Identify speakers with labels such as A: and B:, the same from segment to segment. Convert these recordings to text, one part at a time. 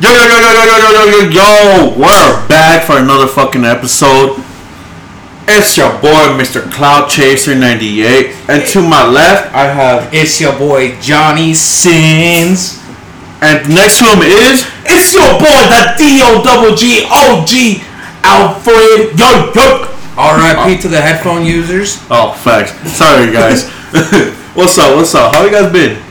A: Yo, yo, yo, yo, yo, yo, yo, yo, yo, yo, we're back for another fucking episode. It's your boy, Mr. Cloud Chaser 98. And to my left, I have.
B: It's your boy Johnny Sins.
A: And next to him is.
B: It's your boy the D O double G O G Alfred.
A: Yo, yo!
B: R.I.P. to the headphone users.
A: Oh, facts. Sorry, guys. what's up, what's up? How you guys been?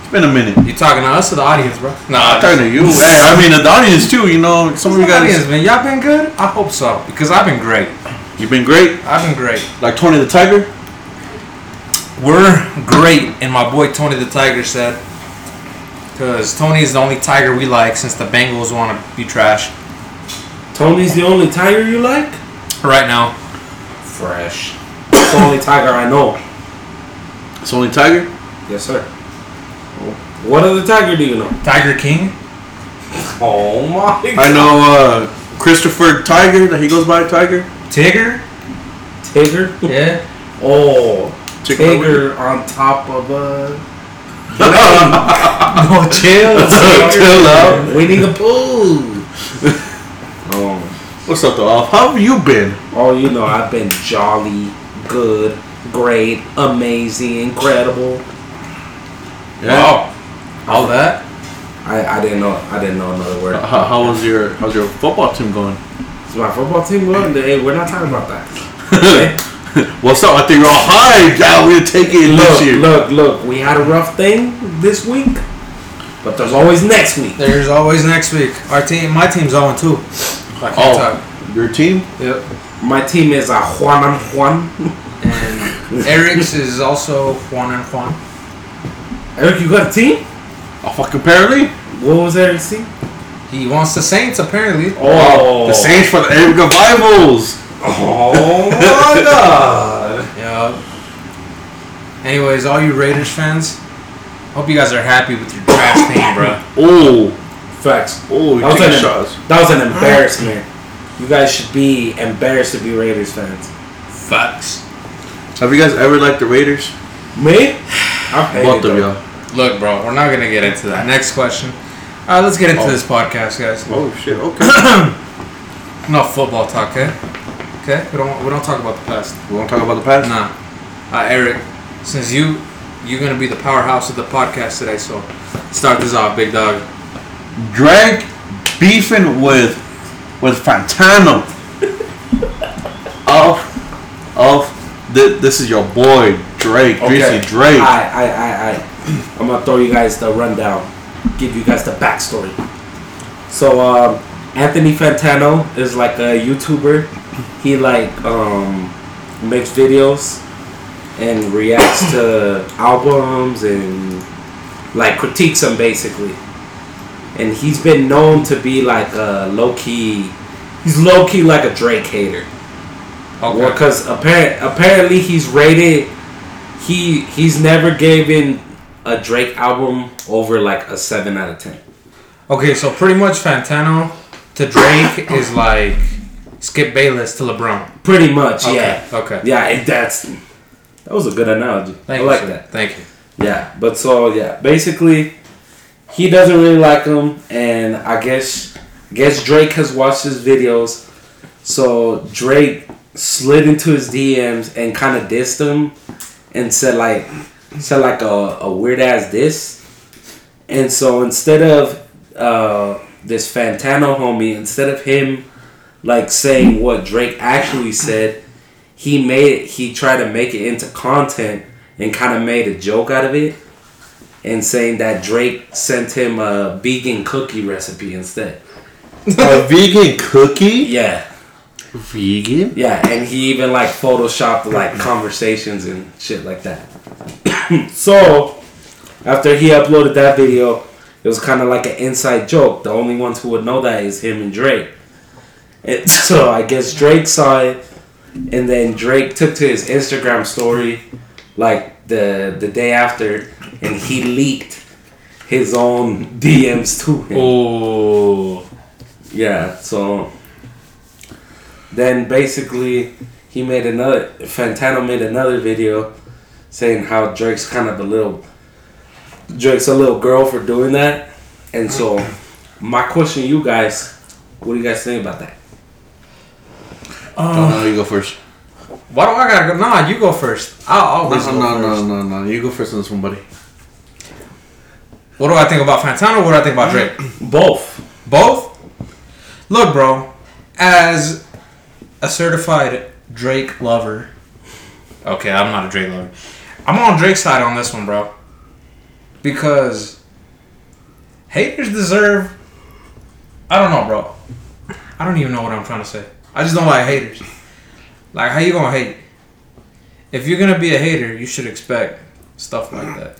A: It's been a minute.
B: You talking to us or the audience, bro?
A: I'm talking to you. Hey, I mean, the audience too, you know. Some of you
B: audience,
A: guys.
B: man. Y'all been good? I hope so because I've been great.
A: You've been great.
B: I've been great.
A: Like Tony the Tiger?
B: We're great, and my boy Tony the Tiger said, because Tony is the only Tiger we like since the Bengals want to be trash
C: Tony's the only tiger you like?
B: right now.
C: Fresh. It's the only tiger I know.
A: It's only Tiger?
C: Yes, sir. What other tiger do you know?
B: Tiger King.
C: Oh my
A: I know uh, Christopher Tiger, that he goes by Tiger.
B: Tigger.
C: Tiger?
B: Yeah.
C: Oh.
A: Chicken
C: tiger on top of a.
B: No chill.
A: Chill out.
C: Winnie the Pooh! oh.
A: What's up, though? Alf? How have you been?
C: oh, you know, I've been jolly, good, great, amazing, incredible.
B: Wow. All that.
C: I, I didn't know I didn't know another word.
A: How, how was your How's your football team going?
C: It's my football team going. Hey, we're not talking about that.
A: What's up? I think we're all high. Yeah, we're taking it this year.
C: Look, look, look, we had a rough thing this week, but there's always next week.
B: There's always next week. Our team, my team's 0 2. I can't talk.
A: Oh, your team?
B: Yep.
C: My team is a Juan and Juan.
B: And Eric's is also Juan and Juan.
C: Eric, you got a team?
A: Oh, fuck, apparently.
C: What was Eric's team?
B: He wants the Saints, apparently.
A: The Saints for the Erica Revivals.
C: Oh my god.
B: Yep. Anyways, all you Raiders fans, hope you guys are happy with your trash team, bro.
A: Oh,
C: Facts.
A: oh,
C: That was,
A: you're
C: an,
A: taking shots.
C: that was an embarrassment. You guys should be embarrassed to be Raiders fans.
B: Facts.
A: Have you guys ever liked the Raiders?
C: Me? I hate
A: Both
C: it,
A: of
C: though.
A: y'all.
B: Look, bro, we're not gonna get into that. Oh. Next question. All right, let's get into this podcast, guys.
A: Oh shit. Okay.
B: No football talk, okay? Okay, we don't we don't talk about the past.
A: we won't talk about the past.
B: Nah, uh, Eric, since you you're gonna be the powerhouse of the podcast today, so start this off, big dog.
A: Drag beefing with with Fantano. off, off. Th- this is your boy Drake, Greasy Drake.
C: I, I, I, I. I'm gonna throw you guys the rundown, give you guys the backstory. So, um, Anthony Fantano is like a YouTuber. He like um, makes videos and reacts to albums and like critiques them basically. And he's been known to be like a low key. He's low key like a Drake hater. Well,
B: Okay.
C: because apparent, apparently he's rated. He he's never given a Drake album over like a seven out of ten.
B: Okay, so pretty much Fantano to Drake is like Skip Bayless to LeBron.
C: Pretty much,
B: Okay,
C: yeah.
B: okay.
C: Yeah, it, that's that was a good analogy.
B: Thank
C: I
B: you,
C: like
B: sir.
C: that.
B: Thank you.
C: Yeah, but so yeah, basically, he doesn't really like him, and I guess guess Drake has watched his videos, so Drake slid into his DMs and kind of dissed him, and said like said like a, a weird ass diss, and so instead of uh, this Fantano homie, instead of him like saying what Drake actually said, he made he tried to make it into content and kind of made a joke out of it and saying that Drake sent him a vegan cookie recipe instead.
A: A vegan cookie?
C: Yeah.
A: Vegan?
C: Yeah, and he even like photoshopped like conversations and shit like that. so, after he uploaded that video, it was kind of like an inside joke. The only ones who would know that is him and Drake. And so I guess Drake saw it, and then Drake took to his Instagram story, like the the day after, and he leaked his own DMs to him.
B: Oh.
C: Yeah, so then basically he made another Fantano made another video saying how Drake's kind of a little Drake's a little girl for doing that. And so My question to you guys, what do you guys think about that?
A: No, no, you go first.
B: Why do I gotta go? Nah, you go first. I'll
A: No,
B: always go
A: no,
B: first.
A: no, no, no. You go first on somebody.
B: What do I think about Fantano? What do I think about Drake?
C: Both.
B: Both? Look, bro, as a certified Drake lover. Okay, I'm not a Drake lover. I'm on Drake's side on this one, bro. Because haters deserve. I don't know, bro. I don't even know what I'm trying to say. I just don't like haters. Like, how you gonna hate? If you're gonna be a hater, you should expect stuff like that.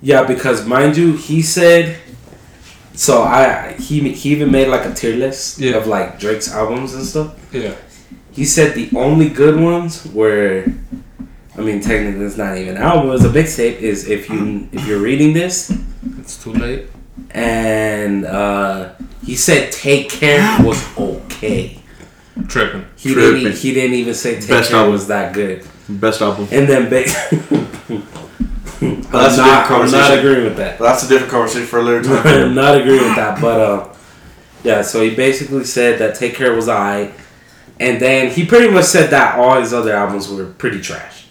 C: Yeah, because mind you, he said. So I he he even made like a tier list
B: Yeah.
C: of like Drake's albums and stuff.
B: Yeah.
C: He said the only good ones were, I mean, technically it's not even an album; it's a mixtape. Is if you if you're reading this
B: It's too late.
C: and uh, he said "Take Care" was okay.
B: Tripping.
C: He
A: Tripping.
C: didn't e, he didn't even say "Take
A: Best
C: Care"
A: album.
C: was that good.
A: Best album.
C: And then ba-
A: That's a
C: I'm, not, I'm
A: conversation.
C: not agreeing with that.
A: That's a different conversation for a later
C: I'm not agreeing with that, but uh, yeah. So he basically said that "Take Care" was alright, and then he pretty much said that all his other albums were pretty trash.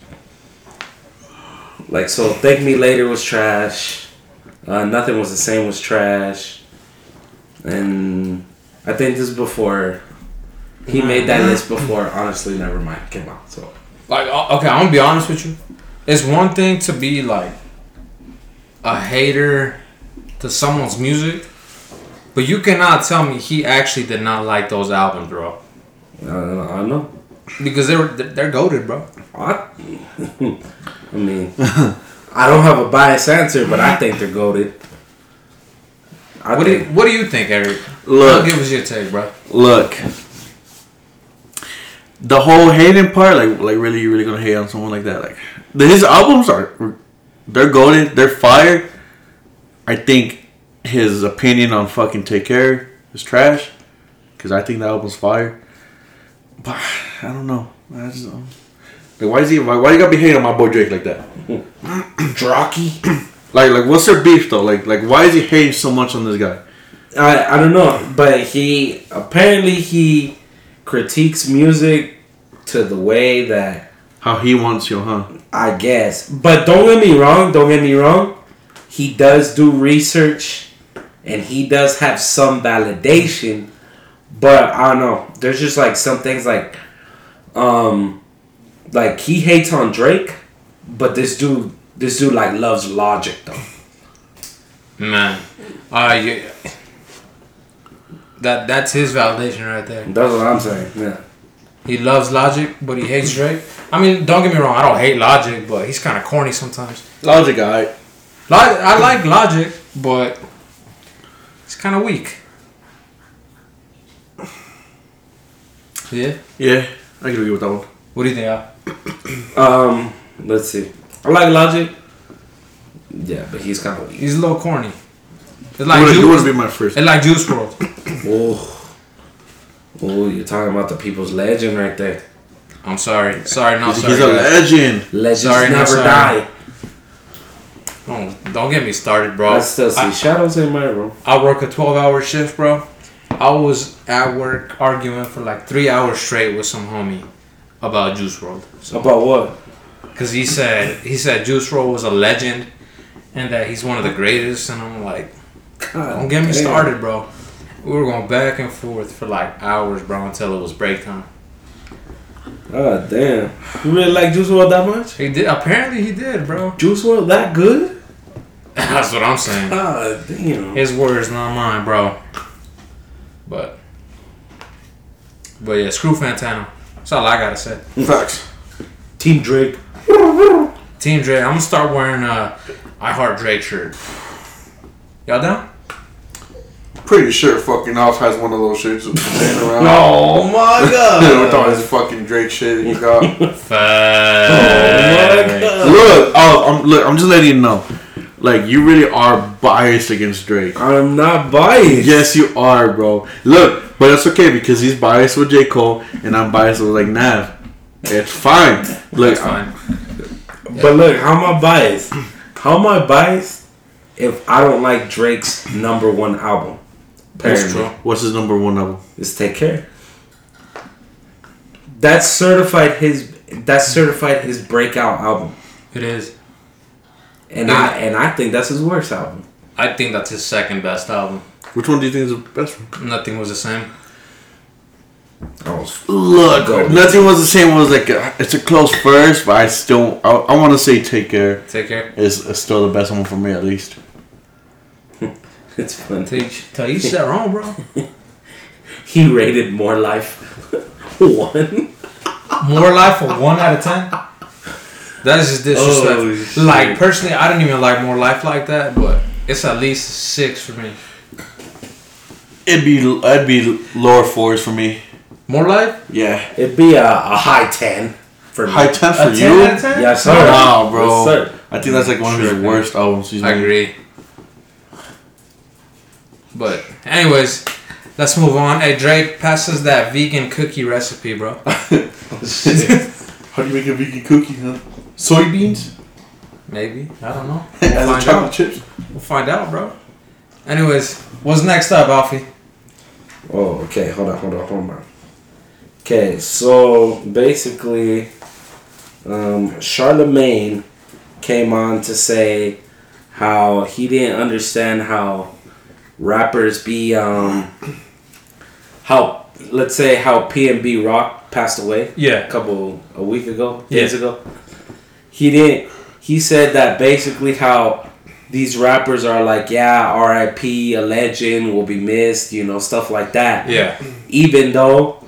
C: Like so, "Thank Me Later" was trash. Uh, Nothing was the same was trash, and I think this is before he made that list before. Honestly, never mind came out. So
B: Like, o- okay, I'm gonna be honest with you. It's one thing to be like a hater to someone's music, but you cannot tell me he actually did not like those albums, bro.
C: I don't know. I don't know.
B: Because they're they're goaded, bro.
C: I, I mean, I don't have a biased answer, but I think they're goaded. I
B: What do you,
C: think,
B: what do you think, Eric?
A: Look,
B: give us your take, bro.
A: look. The whole hating part, like, like really, you really gonna hate on someone like that? Like, his albums are, they're golden, they're fire. I think his opinion on fucking Take Care is trash, because I think the album's fire. But I don't know. I just don't. Like, why is he? Why, why you gotta be hating on my boy Drake like that?
C: Drocky?
A: Like, like, what's their beef though? Like, like, why is he hating so much on this guy?
C: I, I don't know, but he apparently he critiques music to the way that
A: How he wants you, huh?
C: I guess. But don't get me wrong. Don't get me wrong. He does do research, and he does have some validation. But I don't know. There's just like some things like, um, like he hates on Drake, but this dude, this dude like loves Logic though.
B: Man, uh, you, that that's his validation right there.
C: That's what I'm saying. Yeah.
B: He loves Logic, but he hates Drake. I mean, don't get me wrong. I don't hate Logic, but he's kind of corny sometimes.
A: Logic guy.
B: Logic, I like Logic, but it's kind of weak. Yeah.
A: Yeah, I can agree with that one.
B: What do you think? Al?
C: Um, let's see. I like Logic. Yeah, but he's kind of weak.
B: He's a little corny. It's
A: You
B: like
A: would've- you
B: Juice.
A: wouldn't be my first.
B: It's like Juice World.
C: Oh, oh, you're talking about the people's legend right there.
B: I'm sorry. Sorry, no,
A: He's,
B: Oh, sorry.
A: he's a
B: guys.
A: legend.
C: Legends
B: Sorry, no,
C: never
B: sorry.
C: die.
B: Don't, don't get me started, bro.
C: I still see
B: I-
C: shadows in my room.
B: I work a 12 hour shift, bro. I was at work arguing for like three hours straight with some homie about Juice World.
C: About what?
B: Cause he said he said Juice Roll was a legend, and that he's one of the greatest. And I'm like,
C: God,
B: don't get me
C: damn.
B: started, bro. We were going back and forth for like hours, bro, until it was break time.
C: Oh damn! You really like Juice World that much?
B: He did. Apparently, he did, bro.
C: Juice World that good?
B: That's what I'm saying.
C: God damn!
B: His words, not mine, bro. But, but yeah, screw Fantano. That's all I gotta say.
A: Facts.
C: Team Drake.
B: Team Dre, I'm gonna start wearing a I Heart Drake shirt. Y'all down?
A: Pretty sure fucking Off has one of those shirts laying around.
C: Oh my
A: With all his fucking Drake shit he's got.
B: Fuck.
A: look, oh, I'm, look, I'm just letting you know. Like, you really are biased against Drake.
C: I'm not biased.
A: Yes, you are, bro. Look, but that's okay because he's biased with J. Cole and I'm biased with, like, Nav. It's fine. Look,
B: That's fine.
C: But look, how am I biased? How am I biased if I don't like Drake's number one album?
B: That's
C: Apparently,
B: true.
A: What's his number one album?
C: is take care. That certified his. That certified his breakout album,
B: It is.
C: and I and I think that's his worst album.
B: I think that's his second best album.
A: Which one do you think is the best one?
B: Nothing was the same.
C: Oh, it's
A: Look,
C: Go.
A: nothing was the same. It was like a, it's a close first, but I still I, I want to say Take Care
B: Take care.
A: is, is still the best one for me at least.
C: It's
B: To
C: funny.
B: each, to each their own, bro.
C: He rated More Life one.
B: More Life for one out of ten. That is just
C: Oh,
B: disrespectful.
C: shit.
B: like personally, I don't even like More Life like that, but it's at least a six for me.
A: It'd be it'd be lower fours for me.
B: More Life,
A: Yeah,
C: It'd be a, a high ten for me.
A: high ten
B: a
A: for
B: ten out
A: you.
B: of ten.
C: Yes, sir.
A: Wow, bro.
C: Yes, sir.
A: I think that's like one of his
B: Sure.
A: worst albums. He's
B: I
A: made.
B: agree. But anyways, let's move on. Hey Drake, pass us that vegan cookie recipe, bro.
A: How do you make a vegan cookie, huh? Soybeans
B: Maybe I don't know. We'll
A: as a
B: find
A: chocolate
B: out.
A: chips.
B: We'll find out, bro. Anyways, what's next up, Alfie?
C: Oh, okay. Hold on, hold on, hold on. Okay, so basically, um, Charlemagne came on to say how he didn't understand how rappers be um how let's say how P and B Rock passed away. a
B: Yeah.
C: couple a week ago,
B: Yeah.
C: days ago. He didn't. He said that basically how these rappers are like, yeah, R.I.P. a legend will be missed, you know, stuff like that.
B: Yeah.
C: Even though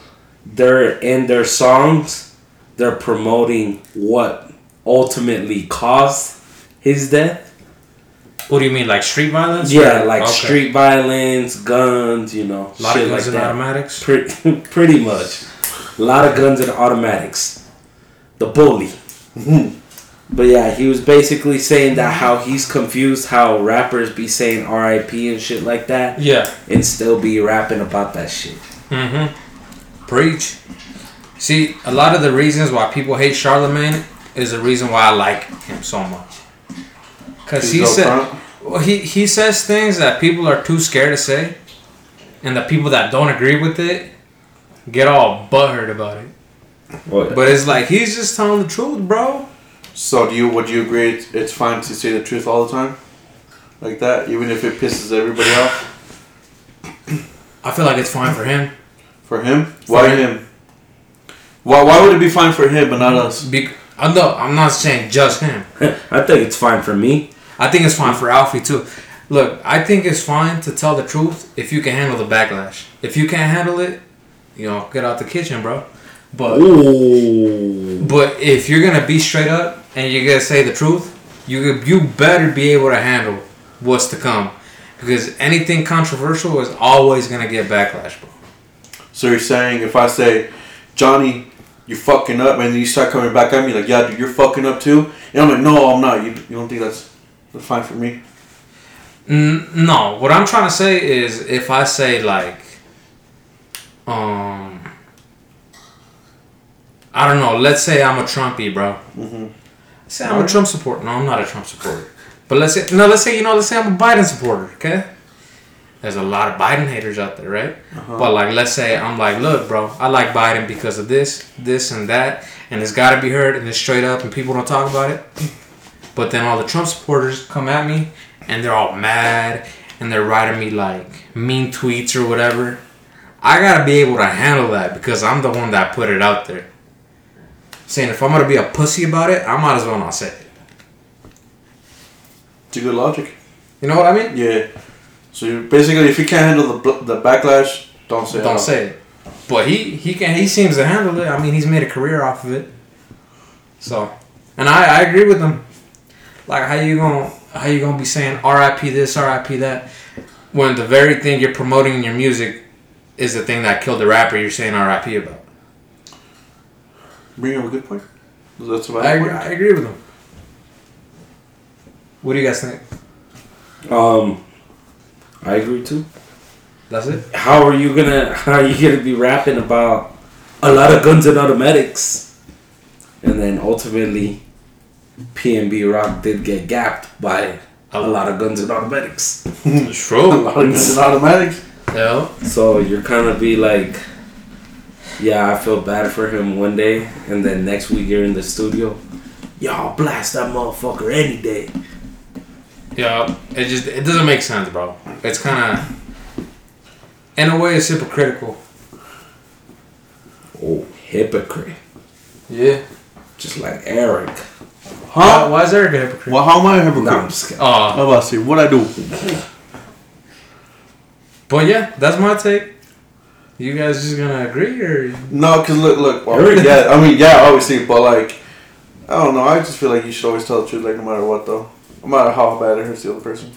C: they're in their songs, they're promoting what ultimately caused his death.
B: What do you mean, like street violence?
C: yeah,
B: Or-
C: like
B: okay.
C: street violence, guns, you know,
B: A lot
C: shit
B: of guns
C: like
B: and
C: that.
B: automatics.
C: Pretty, pretty much. A lot of guns and automatics. The bully. but yeah, he was basically saying that how he's confused how rappers be saying RIP and shit like that
B: Yeah.
C: and still be rapping about that shit.
B: Mm-hmm. Preach. See, a lot of the reasons why people hate Charlemagne is the reason why I like him so much. Cause he
A: He's
B: said,
A: upfront.
B: well, he he says things that people are too scared to say, and the people that don't agree with it get all butthurt about it. But it's like he's just telling the truth, bro.
A: So do you? Would you agree? It's, it's fine to say the truth all the time, like that, even if it pisses everybody off.
B: I feel like it's fine for him.
A: For him, why
B: him.
A: him? Why, why would it be fine for him but not us?
B: Be- I'm not, I'm not saying just him.
C: I think it's fine for me.
B: I think it's fine for Alfie too. Look, I think it's fine to tell the truth if you can handle the backlash. If you can't handle it, you know, get out the kitchen, bro. But
C: Ooh.
B: but if you're gonna be straight up and you're gonna say the truth, you you better be able to handle what's to come, because anything controversial is always gonna get backlash, bro.
A: So you're saying if I say, Johnny, you're fucking up, and then you start coming back at me like, yeah, dude, you're fucking up too, and I'm like, no, I'm not. You, you don't think that's that's fine for me?
B: N- no, what I'm trying to say is if I say like, um, I don't know. Let's say I'm a Trumpy, bro. Say I'm a Trump supporter. No, I'm not a Trump supporter. But let's say no. Let's say you know. Let's say I'm a Biden supporter. Okay. There's a lot of Biden haters out there, right? But like, let's say I'm like, look, bro, I like Biden because of this, this, and that, and it's got to be heard, and it's straight up, and people don't talk about it. But then all the Trump supporters come at me and they're all mad and they're writing me like mean tweets or whatever. I gotta be able to handle that because I'm the one that put it out there. Saying if I'm gonna be a pussy about it, I might as well not say it.
A: It's a good logic.
B: You know what I mean?
A: Yeah. So you basically, if you can't handle the bl- the backlash, don't say. it
B: Don't
A: all.
B: say it. But he he can he seems to handle it. I mean he's made a career off of it. So and I, I agree with him. Like how you gonna how you gonna be saying R.I.P. this, R.I.P. that when the very thing you're promoting in your music is the thing that killed the rapper you're saying R.I.P. about.
A: Bring up a good point. That's about
B: I
A: it.
B: agree, I agree with him. What do you guys think?
C: Um, I agree too.
B: That's it?
C: How are you gonna? How are you gonna be rapping about a lot of guns and automatics, and then ultimately, P and B Rock did get
B: Oh.
C: gapped by a lot of guns and automatics.
B: It's true.
A: It's an automatic.
B: Hell.
C: So you're kind of be like, yeah, I feel bad for him one day, and then next week you're in the studio, y'all blast that motherfucker any day.
B: Yeah, it just it doesn't make sense, bro. It's kind of in a way it's hypocritical.
C: Oh, hypocrite.
B: Yeah.
C: Just like Eric.
B: Why,
A: Huh?
B: why is Eric a hypocrite?
A: Well, how am I a hypocrite?
C: No, I'm just kidding.
B: Uh,
A: How about I say what I do?
B: but yeah, that's my take. You guys just gonna agree or
A: No, cause look, look. well,
C: Eric-
A: yeah, I mean, yeah, obviously, but like, I don't know. I just feel like you should always tell the truth, like no matter what, though. No matter how bad it hurts the other person.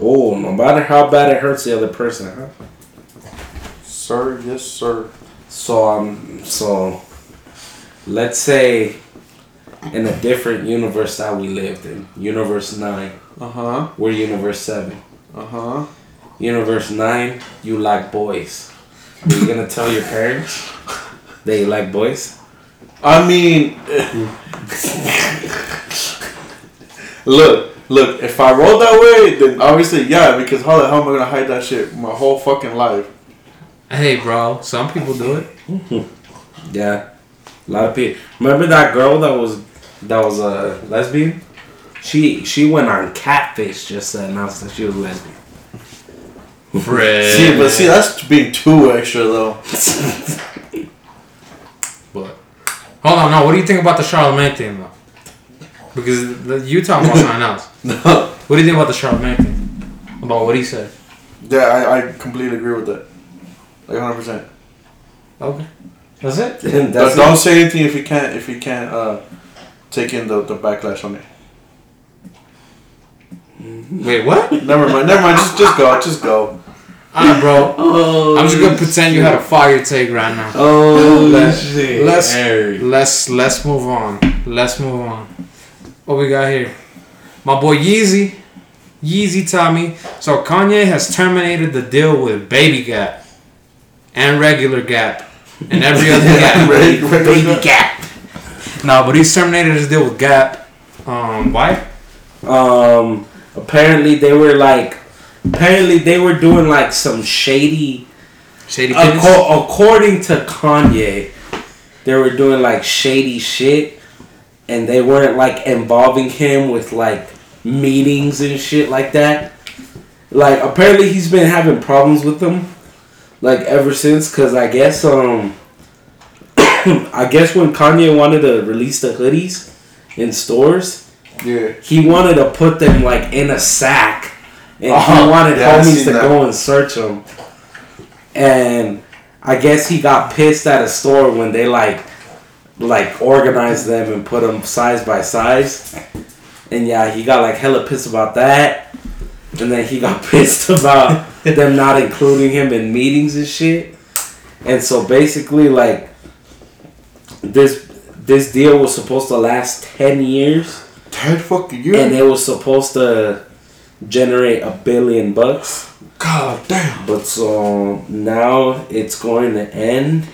C: Oh, no matter how bad it hurts the other person, huh?
A: Sir, yes, sir.
C: So um, so let's say in a different universe that we lived in, universe nine,
A: Uh huh.
C: we're universe seven.
A: Uh huh.
C: Universe nine, you like boys. Are you gonna tell your parents that you like boys?
A: I mean, look, look. If I roll that way, then obviously, yeah. Because how the hell am I gonna hide that shit my whole fucking life?
B: Hey bro, some people do it.
C: Yeah, a lot of people. Remember that girl that was that was a lesbian? She she went on catfish just to announce that she was lesbian.
B: Fred.
A: See, but see, that's being too extra, though.
B: But hold on, no. What do you think about the Charlemagne thing, though? Because the- you talking about something else.
A: No.
B: What do you think about the Charlemagne thing? About what he said?
A: Yeah, I, I completely agree with that. Like hundred percent.
B: Okay, that's it.
C: And
A: But
C: that's
A: don't say anything if you can't if you can't uh, take in the, the backlash on it.
B: Wait, what?
A: Never mind, never mind. Just just go, just go.
B: Ah, bro.
C: oh,
B: I'm just gonna pretend you had a fire take right now.
C: Oh
B: Let's-
C: shit!
B: let's-
C: Eric.
B: Let's let's move on. Let's move on. What we got here? My boy Yeezy. Yeezy Tommy. So Kanye has terminated the deal with Baby Gap and regular Gap and every other Gap.
A: Ready- ready-
C: Gap.
B: No, but he's terminated his deal with Gap. Um, why?
C: Um, apparently they were like, apparently they were doing like some shady.
B: Shady Business?
C: Acco- according to Kanye, they were doing like shady shit, and they weren't like involving him with like meetings and shit like that. Like apparently he's been having problems with them, like ever since. Cause I guess um, I guess when Kanye wanted to release the hoodies in stores,
A: Yeah.
C: he wanted to put them like in a sack, and
A: Oh,
C: he wanted
A: yeah, I
C: homies
A: seen
C: to
A: that.
C: go and search them. And I guess he got pissed at a store when they like, like organized them and put them size by size. And yeah, he got like hella pissed about that. And then he got pissed about them not including him in meetings and shit. And so basically, like this this deal was supposed to last ten years
A: Ten fucking
C: and
A: years.
C: it was supposed to generate a billion bucks
A: God damn.
C: but so now it's going to end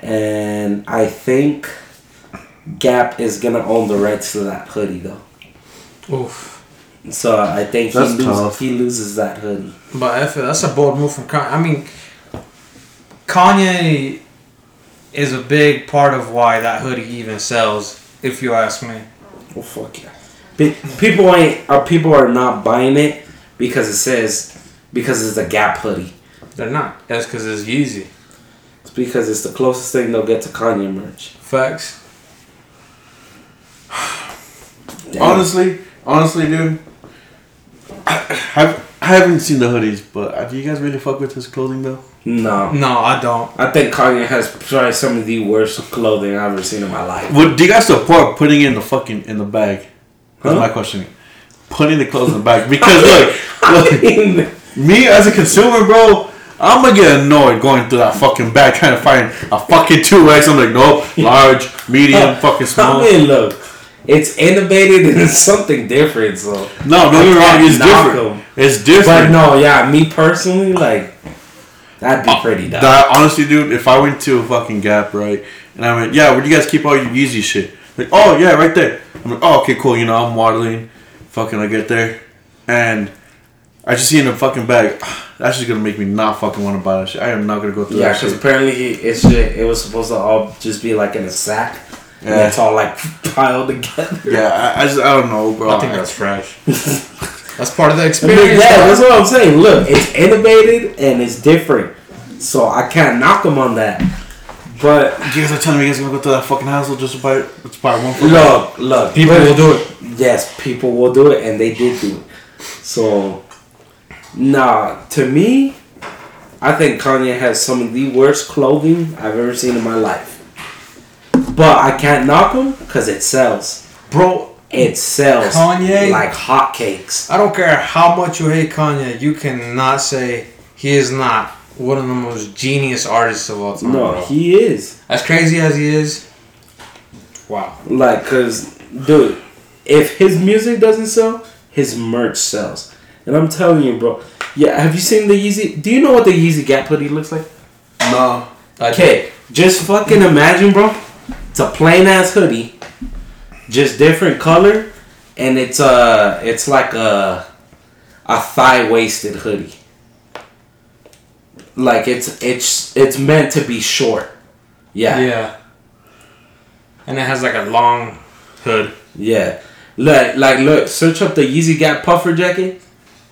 C: and i think gap is gonna own the rights to that hoodie though
B: Oof.
C: so i think he,
A: That's
C: lose,
A: tough.
C: he loses that hoodie
B: But I feel that's a bold move from Kanye. I mean, Kanye is a big part of why that hoodie even sells, if you ask me.
C: oh fuck yeah Pe- people ain't uh, people are not buying it because it says because it's a gap hoodie
B: They're not. That's because it's Yeezy.
C: it's because it's the closest thing they'll get to kanye merch
B: Facts.
C: Damn.
A: Honestly, honestly, dude. I, I haven't seen the hoodies, but uh, do you guys really fuck with his clothing though?
C: no
B: No, I don't.
C: I think Kanye has probably some of the worst clothing I've ever seen in my life.
A: What do you guys support putting in the fucking in the bag? That's
C: Huh?
A: my question. Putting the clothes in the bag because look, look, Me as a consumer, bro, I'm gonna get annoyed going through that fucking bag trying to find a fucking two X. I'm like, nope, large, medium, fucking small.
C: I
A: No,
C: mean, look, it's innovated and it's something different. So,
A: no, don't get me wrong, it's
C: Knock
A: different.
C: 'em.
A: It's
C: but
A: different.
C: no, yeah, me personally, like that'd be pretty dumb.
A: Oh, That honestly, dude, if I went to a fucking Gap, right, and I went, yeah, where do you guys keep all your Yeezy shit? Like, oh yeah, right there. I'm like, oh okay, cool. You know, I'm waddling, fucking, I get there, and I just see in a fucking bag. That's just gonna make me not fucking want to buy that shit. I am not gonna go through
C: Yeah,
A: that
C: because
A: shit.
C: apparently he, it should, it was supposed to all just be like in a sack, and
A: Yeah.
C: it's all like piled together.
A: Yeah, I, I just I don't know, bro.
B: I think that's fresh. that's part of the
C: I mean,
B: experience.
C: yeah,
B: bro.
C: that's what I'm saying. Look, it's innovated and it's different, so I can't knock him on that. But
A: you guys are telling me you guys are gonna go through that fucking hassle just to buy to buy one. fucking-
C: look, look,
B: People
C: but-
B: will do it.
C: Yes, people will do it, and they did do it. So, nah, to me, I think Kanye has some of the worst clothing I've ever seen in my life. But I can't knock him because it sells.
B: Bro,
C: It sells
B: Kanye?
C: like hotcakes.
B: I don't care how much you hate Kanye, you cannot say he is not one of the most genius artists of all time.
C: No,
B: bro.
C: he is
B: as crazy as he is, wow.
C: like, cause dude, if his music doesn't sell, his merch sells. And I'm telling you, bro. Yeah, have you seen the Yeezy? Do you know what the Yeezy Gap hoodie looks like?
A: No,
C: Okay, just fucking imagine, bro. It's a plain ass hoodie, just different color, and it's uh it's like a a thigh waisted hoodie. Like it's it's it's meant to be short. Yeah, yeah.
B: Yeah. And it has like a long hood.
C: Look, like look, search up the Yeezy Gap puffer jacket.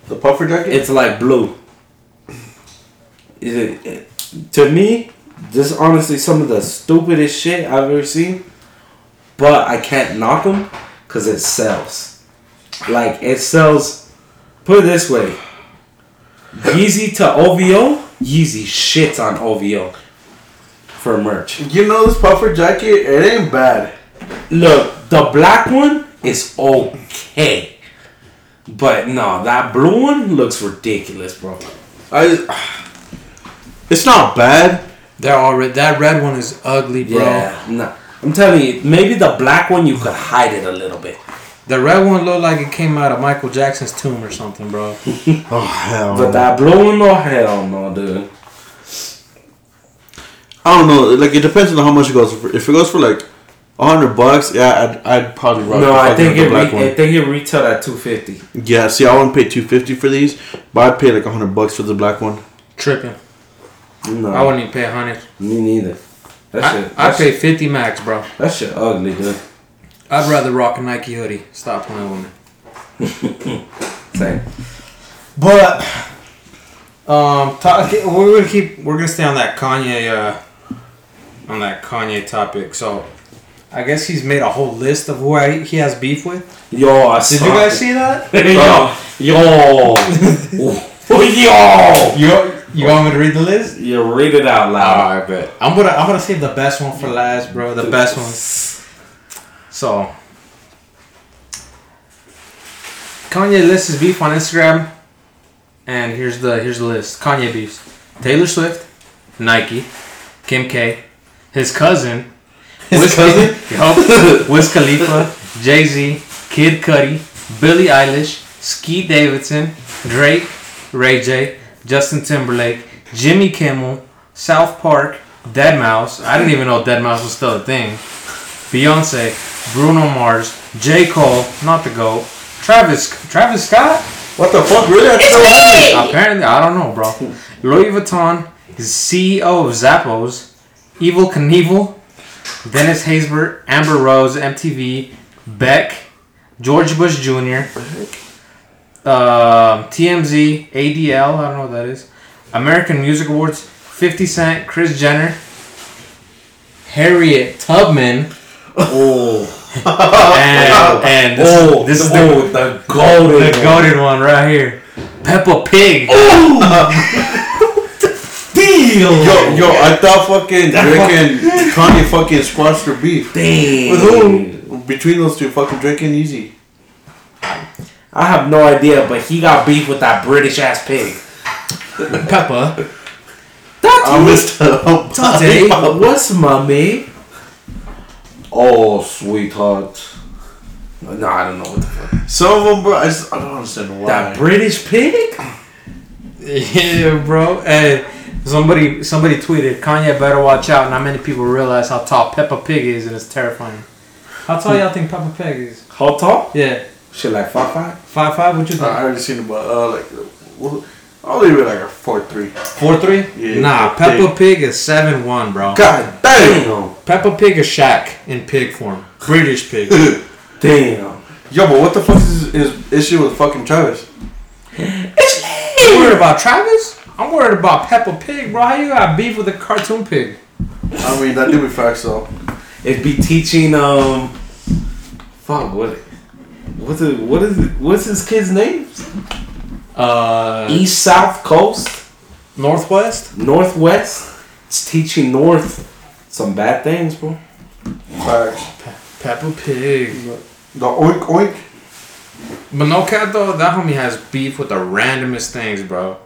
A: the puffer jacket.
C: It's like blue. Is it, it- to me, this is honestly some of the stupidest shit I've ever seen. But I can't knock them because it sells. Like it sells. Put it this way: Yeezy to OVO, Yeezy shits on OVO for merch.
A: you know this puffer jacket, it ain't bad.
C: Look, the black one is okay, but no, that blue one looks ridiculous, bro.
A: I just, it's not bad.
B: They're all red. That red one is ugly, bro.
C: Yeah, no. I'm telling you, maybe the black one you could hide it a little bit.
B: The red one looked like it came out of Michael Jackson's tomb or something, bro.
A: Oh hell,
C: But that blue one, no hell no, dude.
A: I don't know. Like it depends on how much it goes for. If it goes for like a hundred bucks, yeah, I'd, I'd probably rock.
C: no,
A: the
C: I
A: fucking-
C: think
A: the
C: it.
A: black
C: Re- I think it retailed at two fifty.
A: one. Yeah, see, I wouldn't pay two fifty for these, but I'd pay like a hundred bucks for the black one.
B: Tripping.
C: No,
B: I wouldn't even pay a hundred.
C: me neither. That
B: I,
C: shit,
B: I
C: that,
B: pay
C: shit,
B: fifty max, bro.
C: that shit ugly, dude.
B: I'd rather rock a Nike hoodie. Stop playing with me.
C: Same.
B: But um, talk, we're gonna keep we're gonna stay on that Kanye uh, on that Kanye topic. So I guess he's made a whole list of who I, he has beef with.
C: Yo, I
B: Did you guys see that?
C: yo, yo, yo.
B: You you want me to read the list?
C: You read it out loud.
B: Alright, bet. I'm gonna I'm gonna save the best one for last, bro. The best one. So Kanye lists his beef on Instagram. And here's the here's the list. Kanye beefs. Taylor Swift, Nike, Kim K, his cousin,
A: His cousin?
B: Yup. Wiz Khalifa, Jay Z, Kid Cudi, Billie Eilish, Ski Davidson, Drake, Ray J, Justin Timberlake, Jimmy Kimmel, South Park, Dead Mouse. I didn't even know Dead Mouse was still a thing. Beyonce, Bruno Mars, J Cole, not the goat, Travis Travis Scott.
A: What the fuck, really? I still
B: Apparently, I don't know, bro. Louis Vuitton, his CEO of Zappos, Evil Knievel, Dennis Haysbert, Amber Rose, MTV, Beck, George Bush Jr., um TMZ, ADL, I don't know what that is, American Music Awards, 50 Cent, Chris Jenner, Harriet Tubman,
C: Oh,
B: and, and this,
C: oh,
B: this is the,
C: oh, the, golden.
B: the
C: one.
B: golden one right here, Peppa Pig.
C: deal.
A: Yo, yo, I thought fucking Drake and Kanye fucking squashed their beef.
C: Damn.
A: With who? Between those two, fucking Drake and Yeezy.
C: I have no idea, but he got beef with that British ass pig.
B: Peppa.
A: I missed up.
C: Hey, what's mommy? Oh, sweetheart. No, I don't know what the fuck.
A: Some of them, bro, I just I don't understand why.
C: That British pig?
B: Yeah, bro. Hey, somebody somebody tweeted Kanye better watch out. Not many people realize how tall Peppa Pig is, and it's terrifying. How tall y'all think Peppa Pig is?
C: How tall?
B: Yeah,
C: Shit, like five five.
B: five five. What you
A: I already seen about uh, like Well, I'll leave it like a four three.
B: Four three?
A: Yeah,
B: nah,
A: Peppa
B: Peppa Pig is seven one, bro.
A: God damn!
C: Damn.
B: Peppa Pig is Shaq in pig form. British pig.
C: Damn.
A: Yo, but what the fuck is his issue with fucking Travis?
B: I'm worried about Travis. I'm worried about Peppa Pig, bro. How you got beef with a cartoon pig?
A: I mean, that do be facts though.
C: It be teaching um fuck what what's it, what is it, what's his kid's name?
B: Uh,
C: East South Coast?
B: Northwest.
C: Northwest? It's teaching North some bad things, bro.
A: Facts.
B: Peppa Pig.
A: The oink oink.
B: But no cat though. That homie has beef with the randomest things, bro.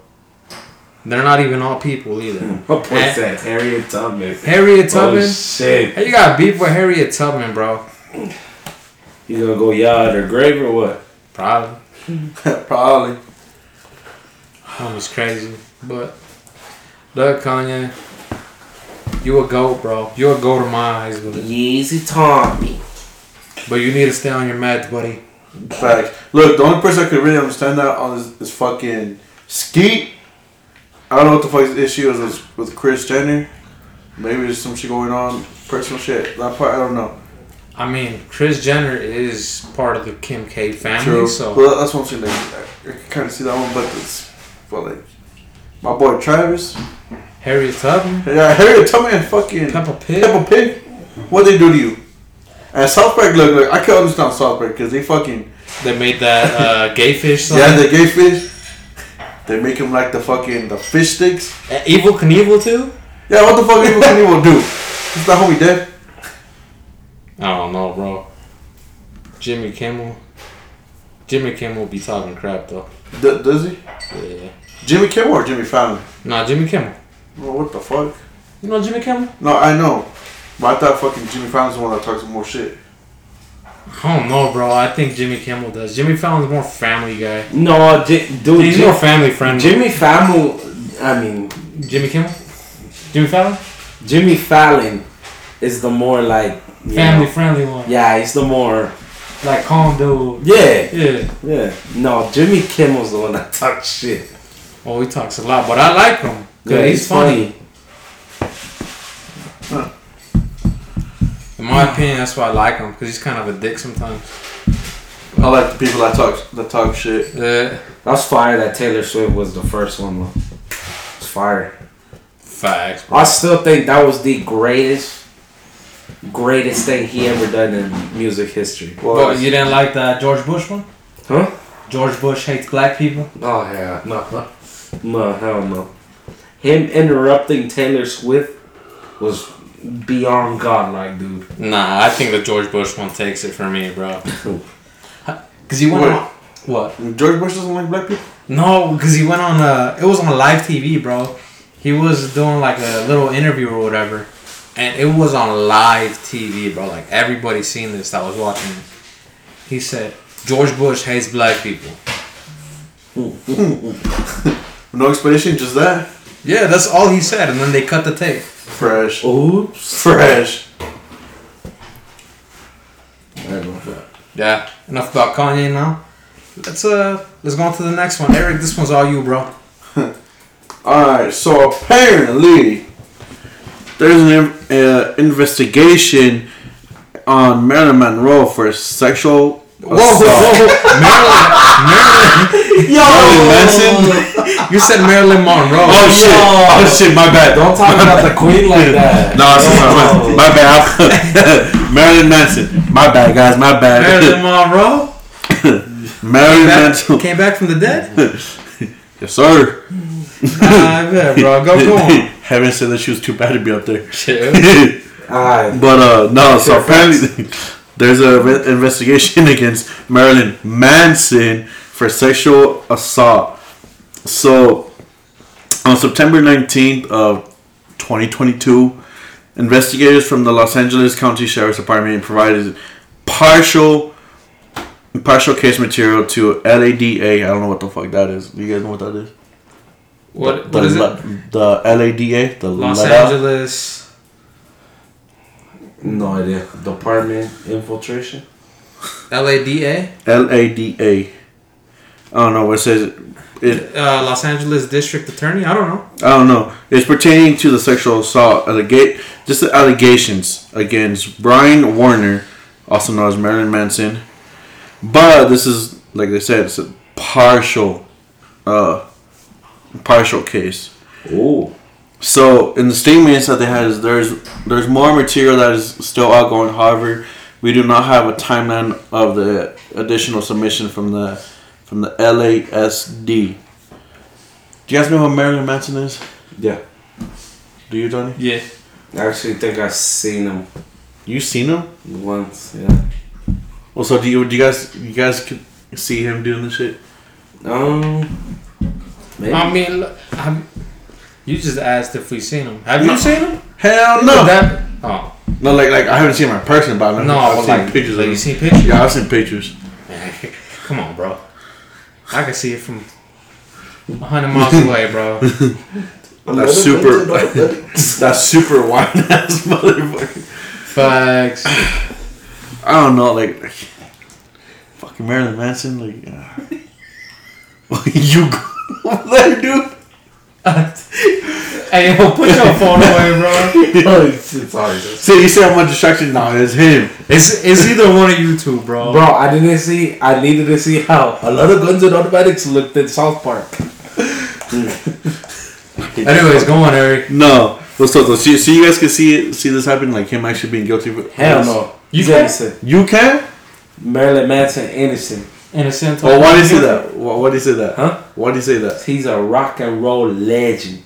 B: They're not even all people
A: Hmm.
B: either.
C: What
B: Eh.
C: was that? Harriet Tubman.
B: Harriet Tubman.
C: Oh shit.
B: Hey, you got beef with Harriet Tubman, bro?
C: You gonna go yard or grave or what?
B: Probably.
A: Probably.
B: Almost crazy, but look, Kanye, you a goat, bro. You a goat in my eyes, but
C: Yeezy Tommy.
B: but you need to stay on your meds, buddy.
A: Facts. Look, the only person I could really understand that on is, is fucking Skeet. I don't know what the fuck the issue is with, with Chris Jenner. Maybe there's some shit going on, personal shit. That part I don't know.
B: I mean, Chris Jenner is part of the Kim K family,
A: True.
B: so
A: Well, that's one thing. Like, I, I can kind of see that one, but it's but like my boy Travis.
B: Harriet Tubman,
A: Yeah, Harriet Tubman and fucking Peppa,
B: Peppa
A: Pig.
B: Pig.
A: What they do to you? And South Park, look, look, I can understand South Park because they fucking
B: They made that uh, gay fish song.
A: Yeah, the gay fish. They make him like the fucking the fish sticks.
B: Uh, Evil Knievel too.
A: Yeah, what the fuck Evil Knievel do? Is that homie dead?
B: I don't know, bro. Jimmy Kimmel. Jimmy Kimmel be talking crap though.
A: D- does he?
B: Yeah.
A: Jimmy Kimmel or Jimmy Fallon?
B: Nah, Jimmy Kimmel.
A: Well, what the fuck?
B: You know Jimmy Kimmel?
A: No, I know. But I thought fucking Jimmy Fallon's the one that talks more shit.
B: I don't know, bro. I think Jimmy Kimmel does. Jimmy Fallon's more family guy.
C: No, J- dude.
B: He's
C: Jim-
B: more family friendly.
C: Jimmy Fallon. I mean,
B: Jimmy Kimmel? Jimmy Fallon?
C: Jimmy Fallon is the more like you
B: Family
C: know-
B: friendly one.
C: yeah, he's the more.
B: Like calm dude.
C: Yeah,
B: Yeah.
C: yeah. No, Jimmy Kimmel's the one that talks shit.
B: Well, Oh, he talks a lot, but I like him. Cause
C: Yeah,
B: he's funny. In my opinion, that's why I like him. Cause he's kind of a dick sometimes.
A: I like the people that talk that talk shit.
B: Uh,
C: That's fire. That Taylor Swift was the first one. Though. It's fire.
B: facts.
C: I still think that was the greatest, greatest thing he ever done in music history.
A: Well,
B: you didn't like the George Bush one?
C: Huh?
B: George Bush hates black people.
C: Oh yeah, no, no, hell no. Him interrupting Taylor Swift was beyond godlike, dude.
B: Nah, I think the George Bush one takes it for me, bro. Cause he went
A: What?
B: on what?
A: George Bush doesn't like black people.
B: No, because he went on uh It was on live TV, bro. He was doing like a little interview or whatever, and it was on live TV, bro. Like everybody seen this that was watching. it. He said George Bush hates black people.
A: No explanation, just that.
B: Yeah, that's all he said, and then they cut the tape.
A: Fresh,
C: Oops.
A: fresh.
B: Yeah. Enough about Kanye now. Let's uh let's go on to the next one. Eric, this one's all you, bro.
A: Alright, so apparently there's an uh, investigation on Marilyn Monroe for sexual assault. Marilyn Manson?
B: You said Marilyn Monroe.
A: Oh shit! Oh shit! My bad.
C: Don't talk about the queen like that.
A: No, it's my, my, my bad. Marilyn Manson. My bad, guys. My
B: Marilyn
A: bad.
B: Monroe
A: Marilyn Manson.
B: back, came back from the dead.
A: Yes, sir.
B: I bet, bro. Go go Oh, on.
A: Haven't said that she was too bad to be up there.
B: Shit.
C: Alright.
A: But uh no, so apparently there's a re- investigation against Marilyn Manson for sexual assault. So on September 19th of 2022, investigators from the Los Angeles County Sheriff's Department provided partial partial case material to LADA. I don't know what the fuck that is. Do you guys know what that is?
B: What,
A: the,
B: what is
A: La-
B: it?
A: The LADA, the
B: Los
A: Let Out-
B: Angeles.
C: No idea. Department infiltration.
B: LADA?
A: L A D A. I don't know what it says. It,
B: Uh, Los Angeles District Attorney. I don't know.
A: I don't know. It's pertaining to the sexual assault allegate, just the allegations against Brian Warner, also known as Marilyn Manson. But this is like they said, it's a partial, uh, partial case.
C: Oh,
A: So in the statements that they had is there's there's more material that is still outgoing. However, we do not have a timeline of the additional submission from the from the LASD. Do you guys know who Marilyn Manson is?
C: yeah.
A: Do you, Johnny?
B: Yeah.
C: I actually think I've seen him
A: You seen him?
C: once. Yeah.
A: Well, so do you? Do you guys? You guys could see him doing this shit?
C: Um. Maybe.
B: I mean, look, I'm, you just asked if we seen him. Have you seen him?
A: Hell
B: Is
A: no!
B: That, oh
A: no, like like I haven't seen my person, but I
B: no!
A: I've
B: but
A: seen
B: like,
A: pictures
B: like,
A: of him.
B: you seen pictures?
A: Yeah, I've seen pictures.
B: Come on, bro. I can see it from a hundred miles away, bro.
A: That's super. that's super wide ass motherfucker.
B: Facts.
A: I don't know, like, like fucking Marilyn Manson, like uh, you go there, dude.
B: hey, yo, put your phone away, bro.
C: Oh, sorry.
A: So you say I'm a distraction? No, it's him.
B: It's it's either one of you two, bro.
C: Bro, I didn't see. I needed to see how a lot of guns and automatics looked in South Park.
B: Anyways, go on, Eric.
A: No, let's talk. So, so you guys can see it, see this happen, like him actually being guilty. For,
C: Hell no.
B: You
C: He's
B: can't-
C: innocent.
A: You can?
C: Marilyn Manson innocent.
B: Innocent.
A: Well, why do you say that? Why, why do you say that?
C: Huh?
A: Why do you say that?
C: He's a rock and roll legend.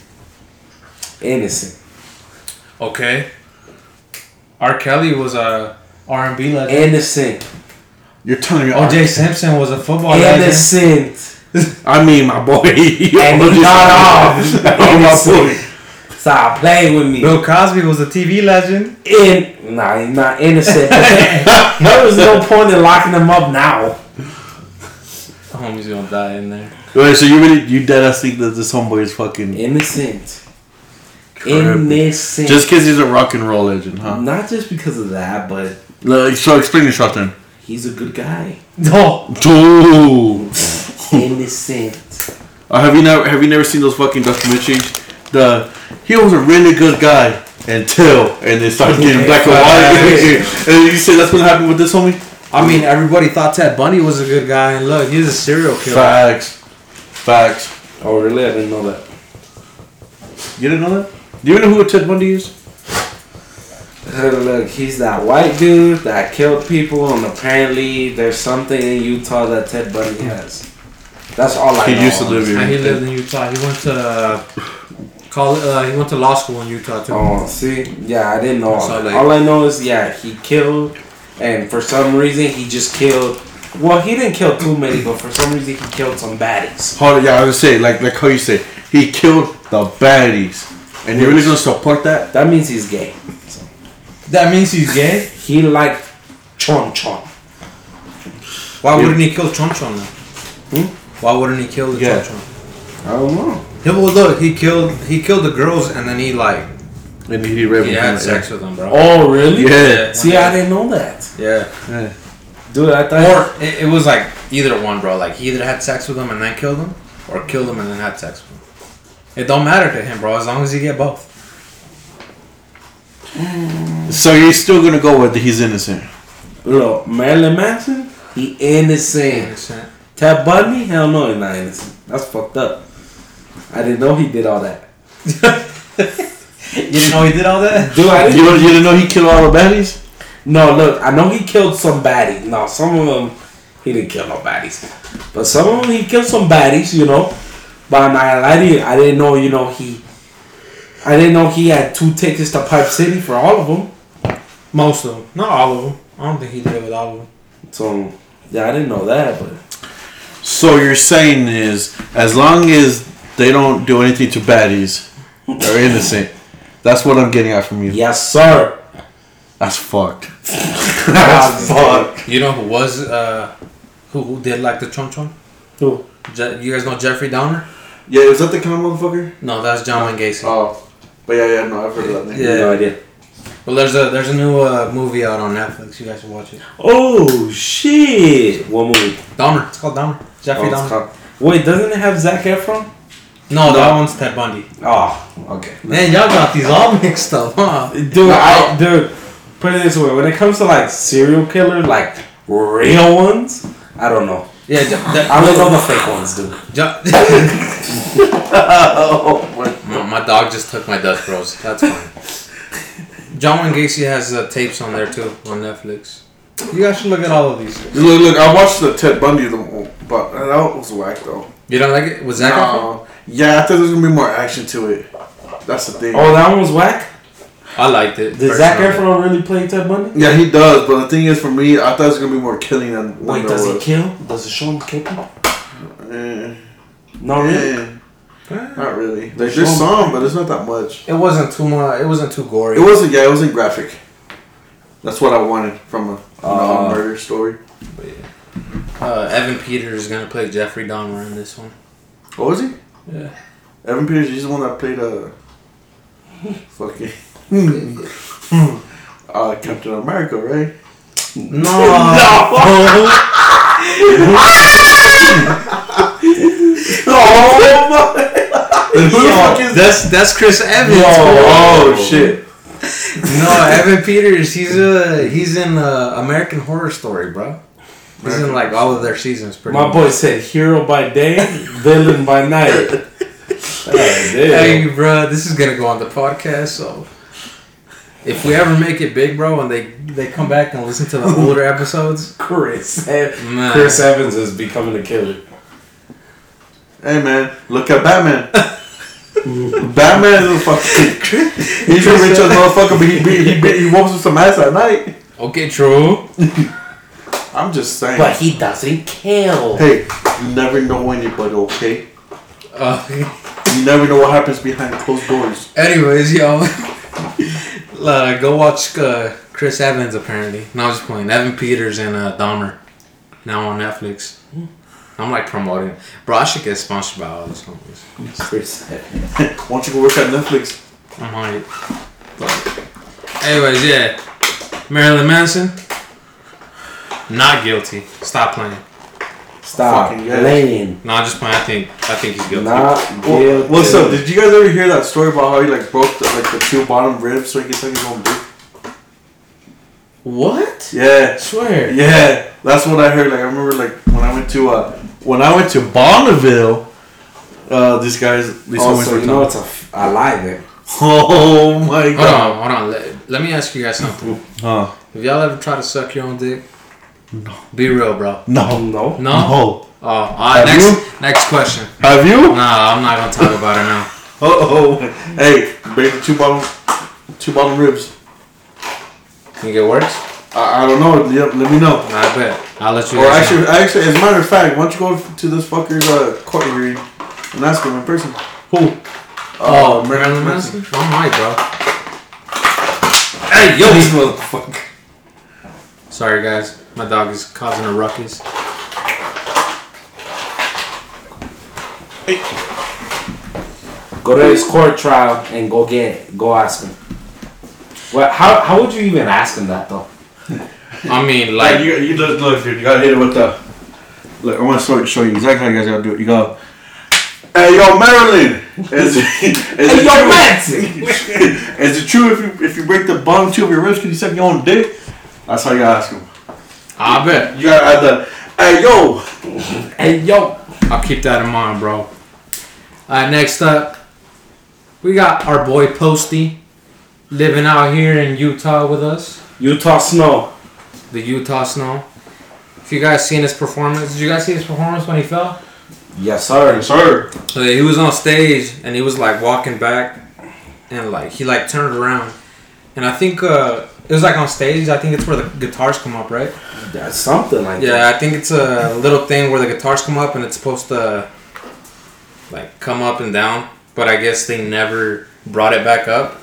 C: Innocent.
B: Okay. R. Kelly was a R and B legend.
C: Innocent.
A: You're telling me?
B: O.J. Simpson was a football Oh, legend.
C: Innocent.
A: I mean, my boy.
C: And he got off.
A: Oh, my boy.
C: Innocent. Stop playing with me.
B: Bill Cosby was a TV legend.
C: In nah, he's not innocent. there was no point in locking him up now.
B: Homie's gonna die in there.
A: Wait, so you really you dead ass think that this homeboy is fucking
C: Innocent.
A: Just
C: Innocent.
A: because he's a rock and roll legend, huh?
C: not just because of that, but
A: Like, so explain yourself then.
C: he's a good guy.
B: No.
A: Dude.
C: Innocent.
A: Or have you never have you never seen those fucking documentaries? The he was a really good guy until and they started getting black and white. and you say that's what happened with this homie?
B: I mean, everybody thought Ted Bundy was a good guy, and look, he's a serial killer.
A: Facts. Facts.
C: Oh really? I didn't know that.
A: You didn't know that? Do you know who Ted Bundy is?
C: Look, he's that white dude that killed people, and apparently there's something in Utah that Ted Bundy has. That's all I know.
A: He used to live here.
B: And he lived in Utah. He went to uh, call. Uh, he went to law school in Utah too.
C: Oh, see, yeah, I didn't know. All,
B: So,
C: that.
B: like-
C: all I know is yeah, he killed, and for some reason he just killed. Well, he didn't kill too many, but for some reason he killed some baddies.
A: Hold on, yeah, I was gonna say, like like how you say, he killed the baddies. And you're really gonna support that?
C: That means he's gay.
B: That means he's gay.
C: He liked chon chon.
B: Why
A: Yeah.
B: wouldn't he kill Chon Chon? then?
C: Hmm?
B: Why wouldn't he kill the
A: Yeah.
B: Chon Chon?
C: I don't know.
B: He, well, look, he killed he killed the girls and then he like
A: And he raped
B: he
A: him.
B: had sex with them, bro.
C: Oh, really?
A: Yeah.
C: See, I didn't know that,
B: Yeah.
A: yeah.
C: dude. I thought.
B: Or it, it was like either one, bro. Like he either had sex with them and then killed them, or killed them and then had sex with them. It don't matter to him, bro. As long as he get both.
A: So you're still gonna go with he's innocent.
C: Look, Marilyn Manson, he innocent.
B: Innocent.
C: Ted Bundy, hell no, he's not innocent. That's fucked up. I didn't know he did all that.
B: You didn't know he did all that.
C: Dude, I
A: You,
C: didn't.
A: don't- you didn't know he killed all the baddies?
C: No, look, I know he killed some baddies. No, some of them he didn't kill no baddies, but some of them he killed some baddies. You know, but I'm not gonna lie to you, I didn't know. You know, he, I didn't know he had two tickets to Pipe City for all of them.
B: Most of them, not all of them. I don't think he did it with all of them.
C: So yeah, I didn't know that, but
A: So you're saying is as long as they don't do anything to baddies, they're innocent. That's what I'm getting at from you.
C: yes, sir.
A: That's fucked.
C: That's fuck.
B: You know who was uh, who, who did like the Chon Chon?
C: Who?
B: Je- you guys know Jeffrey Downer?
A: Yeah, is that the kind of motherfucker?
B: No, that's John Wayne Gacy.
A: Oh. But yeah, yeah, no, I've heard of that
B: Yeah.
C: No idea.
B: Well, there's a there's a new uh, movie out on Netflix. You guys should watch it.
C: Oh shit! What movie?
B: Dahmer. It's called Dahmer. Jeffrey
A: Oh, it's
B: Dahmer.
A: called-
C: Wait, doesn't it have Zac Efron?
B: No,
A: No.
B: that one's Ted Bundy.
C: Oh, okay.
B: Man, y'all got these all mixed up, huh?
C: Dude, I, dude, put it this way: when it comes to like serial killer, like real ones, I don't know.
B: Yeah, Ja- that-
C: I don't know the fake ones, dude.
B: Ja-
A: Oh, my
B: my, my dog just took my Dutch Bros. That's fine. John Wayne Gacy has uh, tapes on there too on Netflix. You guys should look at all of these.
A: Look, look, I watched the Ted Bundy, the, but that was whack though.
B: You don't like it? Was that?
A: No. Yeah, I thought there was gonna be more action to it. That's the thing.
C: Oh, that one was whack.
B: I liked it.
C: Did Zac
B: personally.
C: Efron really play Ted Bundy?
A: Yeah, he does, but the thing is, for me, I thought it was gonna be more killing than than
C: Wait,
A: there
C: does he
A: was.
C: kill? Does it show him kill people?
A: Eh,
C: No, really.
A: eh, not really.
C: They
A: There's,
C: show him-
A: some, but it's not that much.
B: It wasn't too much. It wasn't too gory.
A: It wasn't. Yeah, it wasn't graphic. That's what I wanted from a, from
C: Uh,
A: a murder story.
B: Uh, Evan Peters is gonna play Jeffrey Dahmer in this one.
A: What was he?
C: Yeah.
A: Evan Peters. He's the one that played uh, fucking uh, Captain America, right?
B: No,
A: Oh my! Who the fuck is
B: that's that's Chris Evans.
A: Oh,
C: Yo.
A: shit!
B: No, Evan Peters. He's uh he's in uh, American Horror Story, bro. He's in like all of their seasons. Pretty
C: My
B: much.
C: boy said hero by day, villain by night. Oh,
B: Hey,
C: dude.
B: bro, this is gonna go on the podcast. So if we ever make it big, bro, and they they come back and listen to the older episodes,
C: Chris. Ev-
B: man,
C: Chris Evans is becoming a killer.
A: Hey man, look at Batman. Batman is a fucking. He's a rich ass motherfucker, but he beat, he beat, he walks with some ass at night.
B: okay, true.
A: I'm just saying.
C: he doesn't kill.
A: hey, you never know anybody, okay?
B: Uh,
A: You never know what happens behind closed doors.
B: Anyways, yo, uh, go watch uh, Chris Evans. Apparently, no, I'm just playing. Evan Peters and uh, Dahmer now on Netflix. I'm like promoting. Bro, I should get sponsored by all these homies.
C: Chris Evans.
A: Why don't you go work at Netflix?
B: I'm on it. Anyways, yeah, Marilyn Manson, not guilty. Stop playing.
C: Stop
A: Fucking yes.
C: playing.
B: No, I'm just playing. I think I think he's guilty.
C: Not
A: Well,
C: guilty.
A: what's up? Did you guys ever hear that story about how he like broke the, like the two bottom ribs so he could take his own dick?
C: What?
A: Yeah.
C: Swear.
A: Yeah, that's what I heard. Like I remember, like when I went to uh, when I went to Bonneville, uh, these guys. These
C: Oh,
A: homies
C: so
A: were
C: you know
A: talking-
C: it's a, f- a lie then.
A: Oh my
B: Hold
A: god!
B: on, hold on. Let, let me ask you guys something.
A: Huh?
B: Have y'all ever tried to suck your own dick? No. Be real, bro.
C: Oh,
A: No,
C: no.
B: No.
A: no.
B: Oh, uh,
A: Have
B: next
A: you?
B: next question.
A: Have you?
B: Nah, I'm not gonna talk about it now.
A: Oh, hey, bring two bottom, two bottom ribs.
B: Think it works?
A: I, I don't know. Yep, let me know.
B: I bet. I'll let you.
A: Or
B: guys know.
A: actually, actually, as a matter of fact, why don't you go to this fucker's uh, court hearing and ask him in person? Uh, Who?
B: Oh,
A: Oh,
B: Marilyn Manson. Oh my, bro. Hey,
A: Yo,
B: yo.
A: this motherfucker.
B: Sorry, guys. My dog is causing a ruckus.
C: Go to his court trial and go get go ask him. Well, how, how would you even ask him that though?
B: I mean,
A: Like
B: like,
A: you, you look, look, dude, you gotta hit it with the. Look, I want to show, show you exactly how you guys gotta do it. You go, hey yo, Marilyn, is, is
C: Hey,
A: it
C: yo,
A: true?
C: Manson!
A: is it true if you if you break the bottom two of your ribs, can you suck your own dick? That's how you gotta ask him.
B: I bet.
A: You gotta add the, hey yo,
C: Hey, yo.
B: I'll keep that in mind, bro. All right, next up, we got our boy Posty living out here in Utah with us.
C: Utah Snow.
B: the Utah snow. If you guys seen his performance, did you guys see his performance when he fell?
C: Yes, sir.
A: sir.
B: So he was on stage and he was like walking back, and like he like turned around, and I think uh, it was like on stage. I think it's where the guitars come up, right?
C: That's something like that.
B: Yeah, I think it's a little thing where the guitars come up and it's supposed to like come up and down, but I guess they never brought it back up.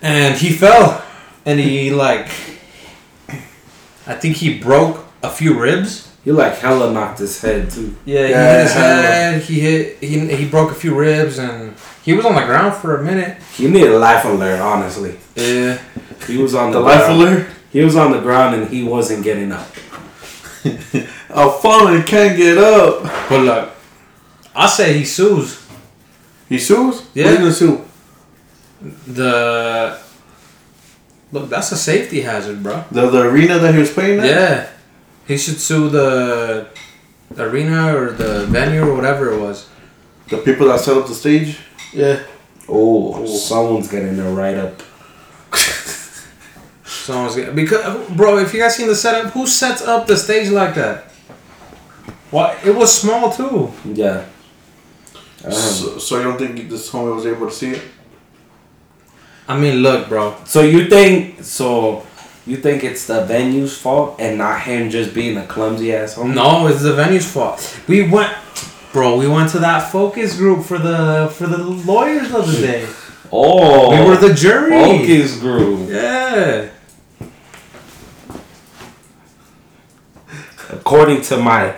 B: And he fell and he like I think he broke a few ribs.
C: You like hella knocked his head too.
B: Yeah, he hit his head, he hit he, he broke a few ribs and he was on the ground for a minute.
C: He needed a life alert, honestly.
B: Yeah.
C: He was on the,
A: The life
C: ground.
A: alert.
C: He was on the ground and he wasn't getting up.
A: I've fallen, can't get up.
B: But look, I say he sues
A: He sues?
B: Yeah.
A: Who's gonna sue?
B: the. Look, that's a safety hazard, bro.
A: The, the arena that he was playing at?
B: Yeah, he should sue the arena or the venue or whatever it was.
A: The people that set up the stage?
B: Yeah.
C: Oh, someone's getting their write up.
B: Someone's gonna, because bro, if you guys seen the setup, who sets up the stage like that? What? It was small too.
C: Yeah. Um, so,
A: So, so you don't think this homie was able to see it?
B: I mean, look, bro.
C: you think so? You think it's the venue's fault and not him just being a clumsy asshole?
B: No, it's the venue's fault. We went, bro. We went to that focus group for the for the lawyers the other day.
C: Oh,
B: We were the jury.
C: focus group.
B: Yeah.
C: According to my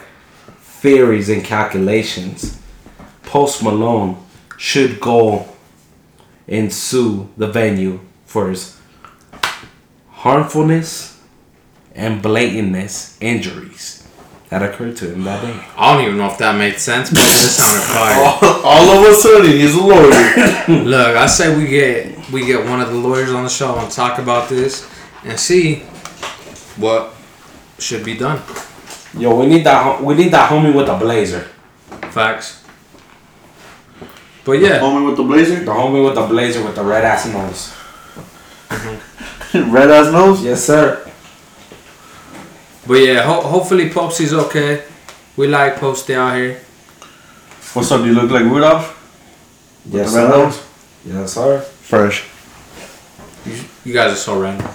C: theories and calculations, Post Malone should go and sue the venue for his harmfulness and blatantness injuries that occurred to him that day.
B: I don't even know if that made sense, but this sounded fire.
A: All, all of a sudden, he's a lawyer.
B: Look, I say we get we get one of the lawyers on the show and talk about this and see what should be done.
C: Yo, we need that. hom- We need that homie with the blazer.
B: Facts. But yeah,
A: homie with the blazer?
C: The homie with the blazer with the red ass nose.
A: Red ass nose?
C: Yes, sir.
B: but yeah. Ho- hopefully, Popsy's okay. We like Popsy out here.
A: What's up? Do you look like Rudolph?
C: Yes,
A: the red
C: sir.
A: nose?
C: Yes, sir.
A: Fresh.
B: You guys are so random.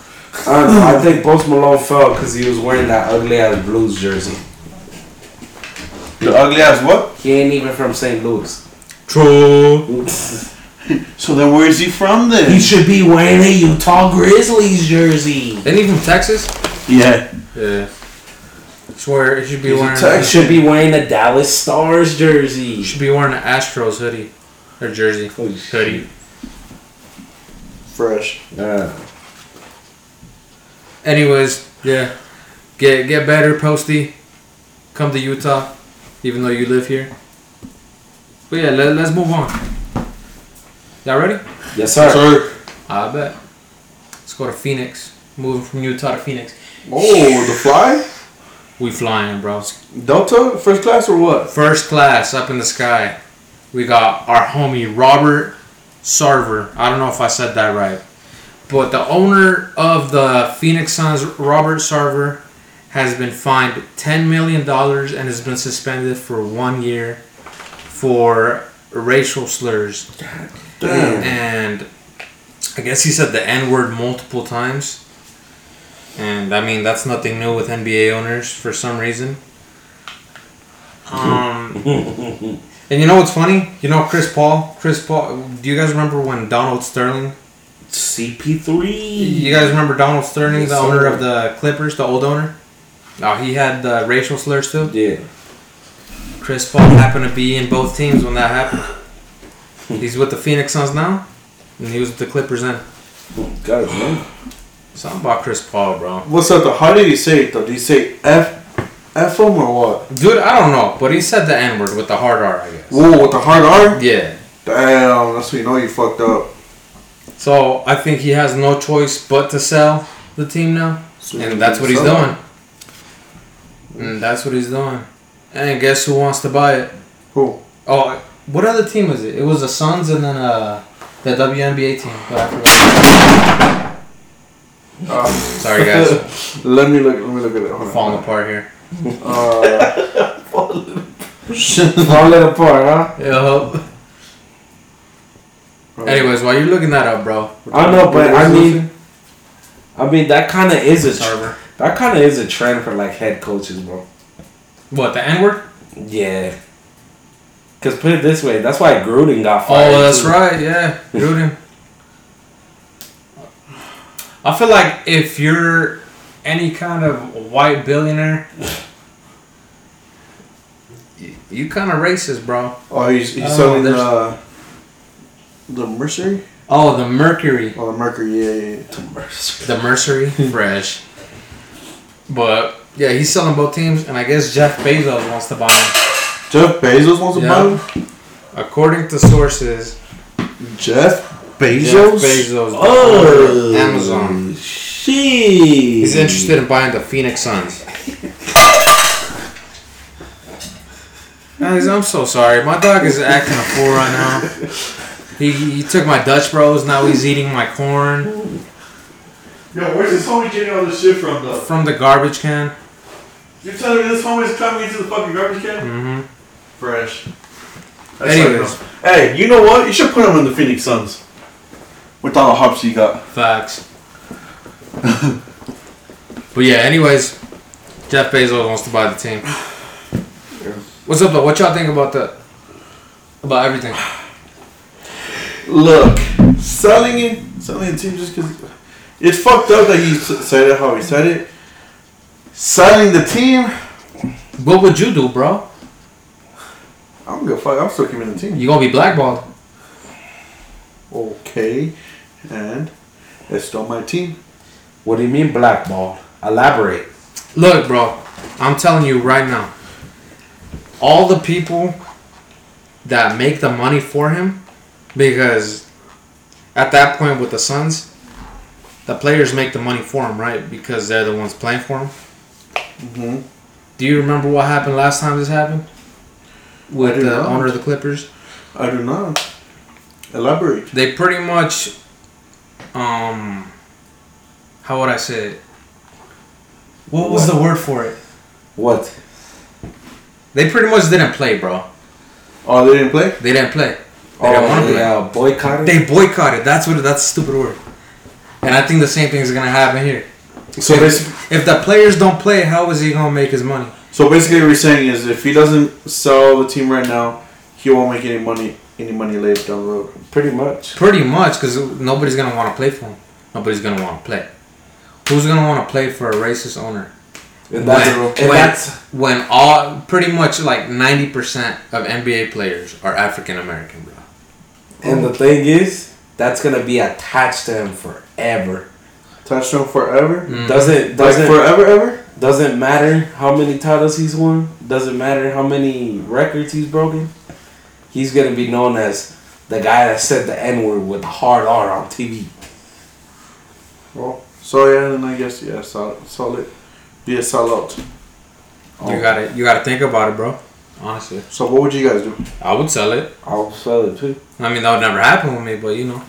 C: I, I think Post Malone fell because he was wearing that ugly ass Blues jersey.
A: The ugly ass what?
C: He ain't even from St. Louis.
B: True.
A: So then where is he from then?
C: He should be wearing a Utah Grizzlies jersey.
B: Ain't he from Texas?
A: yeah.
B: Yeah. Swear it should be
A: He's a
B: wearing.
A: Tex-
C: He should be wearing a Dallas Stars jersey.
B: should be wearing an Astros hoodie or jersey.
C: Holy
B: hoodie.
A: Fresh.
C: Uh,
B: Anyways, yeah. Get get better, Posty. Come to Utah, even though you live here. But yeah, let, let's move on. Y'all ready?
C: yes, sir.
A: Sir.
B: I bet. Let's go to Phoenix. Moving from Utah to Phoenix.
A: Oh, the fly?
B: We flying, bro.
A: Delta? First class or what?
B: First class up in the sky. We got our homie Robert Sarver. I don't know if I said that right. But the owner of the Phoenix Suns, Robert Sarver, has been fined $10 million and has been suspended for one year for racial slurs.
A: Damn.
B: And I guess he said the N word multiple times. And I mean, that's nothing new with NBA owners for some reason. Um, and you know what's funny? You know Chris Paul? Chris Paul, do you guys remember when Donald Sterling?
C: CP3.
B: You guys remember Donald Sterling,
C: Yes,
B: the owner
C: sir.
B: of the Clippers, the old owner? Oh, he had the racial slurs too?
C: Yeah.
B: Chris Paul happened to be in both teams when that happened. He's with the Phoenix Suns now, and he was with the Clippers then.
C: Got it, man.
B: Something about Chris Paul, bro.
A: What's up? How did he say it though? Did he say F, F him or what?
B: Dude, I don't know, but he said the N word with the hard R, I guess.
A: Whoa, with the hard R?
B: Yeah.
A: Damn, that's when you know you fucked up.
B: So I think he has no choice but to sell the team now.
A: So
B: And that's what he's
A: so-
B: doing. And that's what he's doing. And guess who wants to buy it?
A: Who?
B: Oh, what other team was it? It was the Suns and then uh, the WNBA team. But I forgot.
A: Uh,
B: Sorry, guys.
A: let me look. Let me look at it. Hold on.
B: falling apart here.
A: Uh,
C: Fall it apart, huh?
B: Yo. Anyways, while you're looking that up, bro.
C: I know, but I mean, I mean that kind of is a tr-
B: Sarver.
C: that kind of is a trend for like head coaches, bro.
B: What, the N word?
C: Yeah. Cause put it this way, that's why Gruden got fired.
B: Oh, that's
C: too.
B: right. Yeah, Gruden. I feel like if you're any kind of white billionaire, y- you kind of racist, bro.
A: oh, he's he's
B: I don't
A: selling
B: know,
A: the
B: there's-
A: the Mercury.
B: Oh, the Mercury,
A: Oh, the Mercury. Yeah, yeah. yeah.
B: the Mercury, fresh. But Yeah, he's selling both teams, and I guess Jeff Bezos wants to buy him.
A: Jeff Bezos wants to
B: Yeah.
A: buy him.
B: According to sources,
A: Jeff Bezos.
B: Jeff Bezos.
A: Oh,
B: Amazon.
A: Shit.
B: he's interested in buying the Phoenix Suns. Guys, I'm so sorry. My dog is acting a fool right now. He, he took my Dutch Bros. Now he's eating my corn
A: Yo, where's this homie getting all this shit from, though?
B: from the garbage can.
A: You're telling me this homie's coming into the fucking garbage can?
B: hmm
A: Fresh.
B: Anyways.
A: like, no. hey, you know what? You should put him in the Phoenix Suns. With all the hops you got.
B: Facts. but yeah, anyways, Jeff Bezos wants to buy the team. What's up though? What y'all think about the about everything?
A: Look, selling it, selling the team just because it's fucked up that he s- said it how he said it. Selling the team,
B: What would you do, bro?
A: I'm gonna fuck. I'm still keeping the team.
B: You gonna be blackballed?
A: Okay, and it's still my team.
C: What do you mean blackball? Elaborate.
B: Look, bro, I'm telling you right now. All the people that make the money for him, because at that point with the Suns, the players make the money for him, right? Because they're the ones playing for him.
A: Mm-hmm.
B: Do you remember what happened last time this happened?
A: I
B: With
A: do
B: the
A: not.
B: owner of the Clippers?
A: I do not elaborate.
B: They pretty much um how would I say it? What was the word for it?
C: What?
B: They pretty much didn't play, bro.
A: Oh, they didn't play.
B: They didn't play. They didn't want to
C: Oh, they
B: play.
C: uh, boycotted.
B: They boycotted. That's what that's a stupid word. And I think the same thing is gonna happen here.
A: So basi-
B: If the players don't play, how is he gonna make his money?
A: so basically, what you're saying is if he doesn't sell the team right now, he won't make any money. Any money later down the road.
C: pretty much.
B: Pretty much, because nobody's gonna want to play for him. Nobody's gonna want to play. Who's gonna want to play for a racist owner?
C: And that's,
B: When-
C: and
B: when-
C: that's
B: when all pretty much like ninety percent of NBA players are African American, bro.
C: and the thing is, that's gonna be attached to him forever.
A: Touchdown forever.
B: Mm.
C: Mm. Doesn't
A: Like
C: doesn't
A: forever, ever.
C: doesn't matter how many titles he's won. Doesn't matter how many records he's broken. He's gonna be known as the guy that said the N word with a hard R on TV.
A: Well, so yeah, then I guess yeah, solid, solid. Be a sellout.
B: You gotta you gotta think about it, bro. Honestly,
A: So what would you guys do?
B: I would sell it.
C: I'll sell it too.
B: I mean, that would never happen with me, but you know,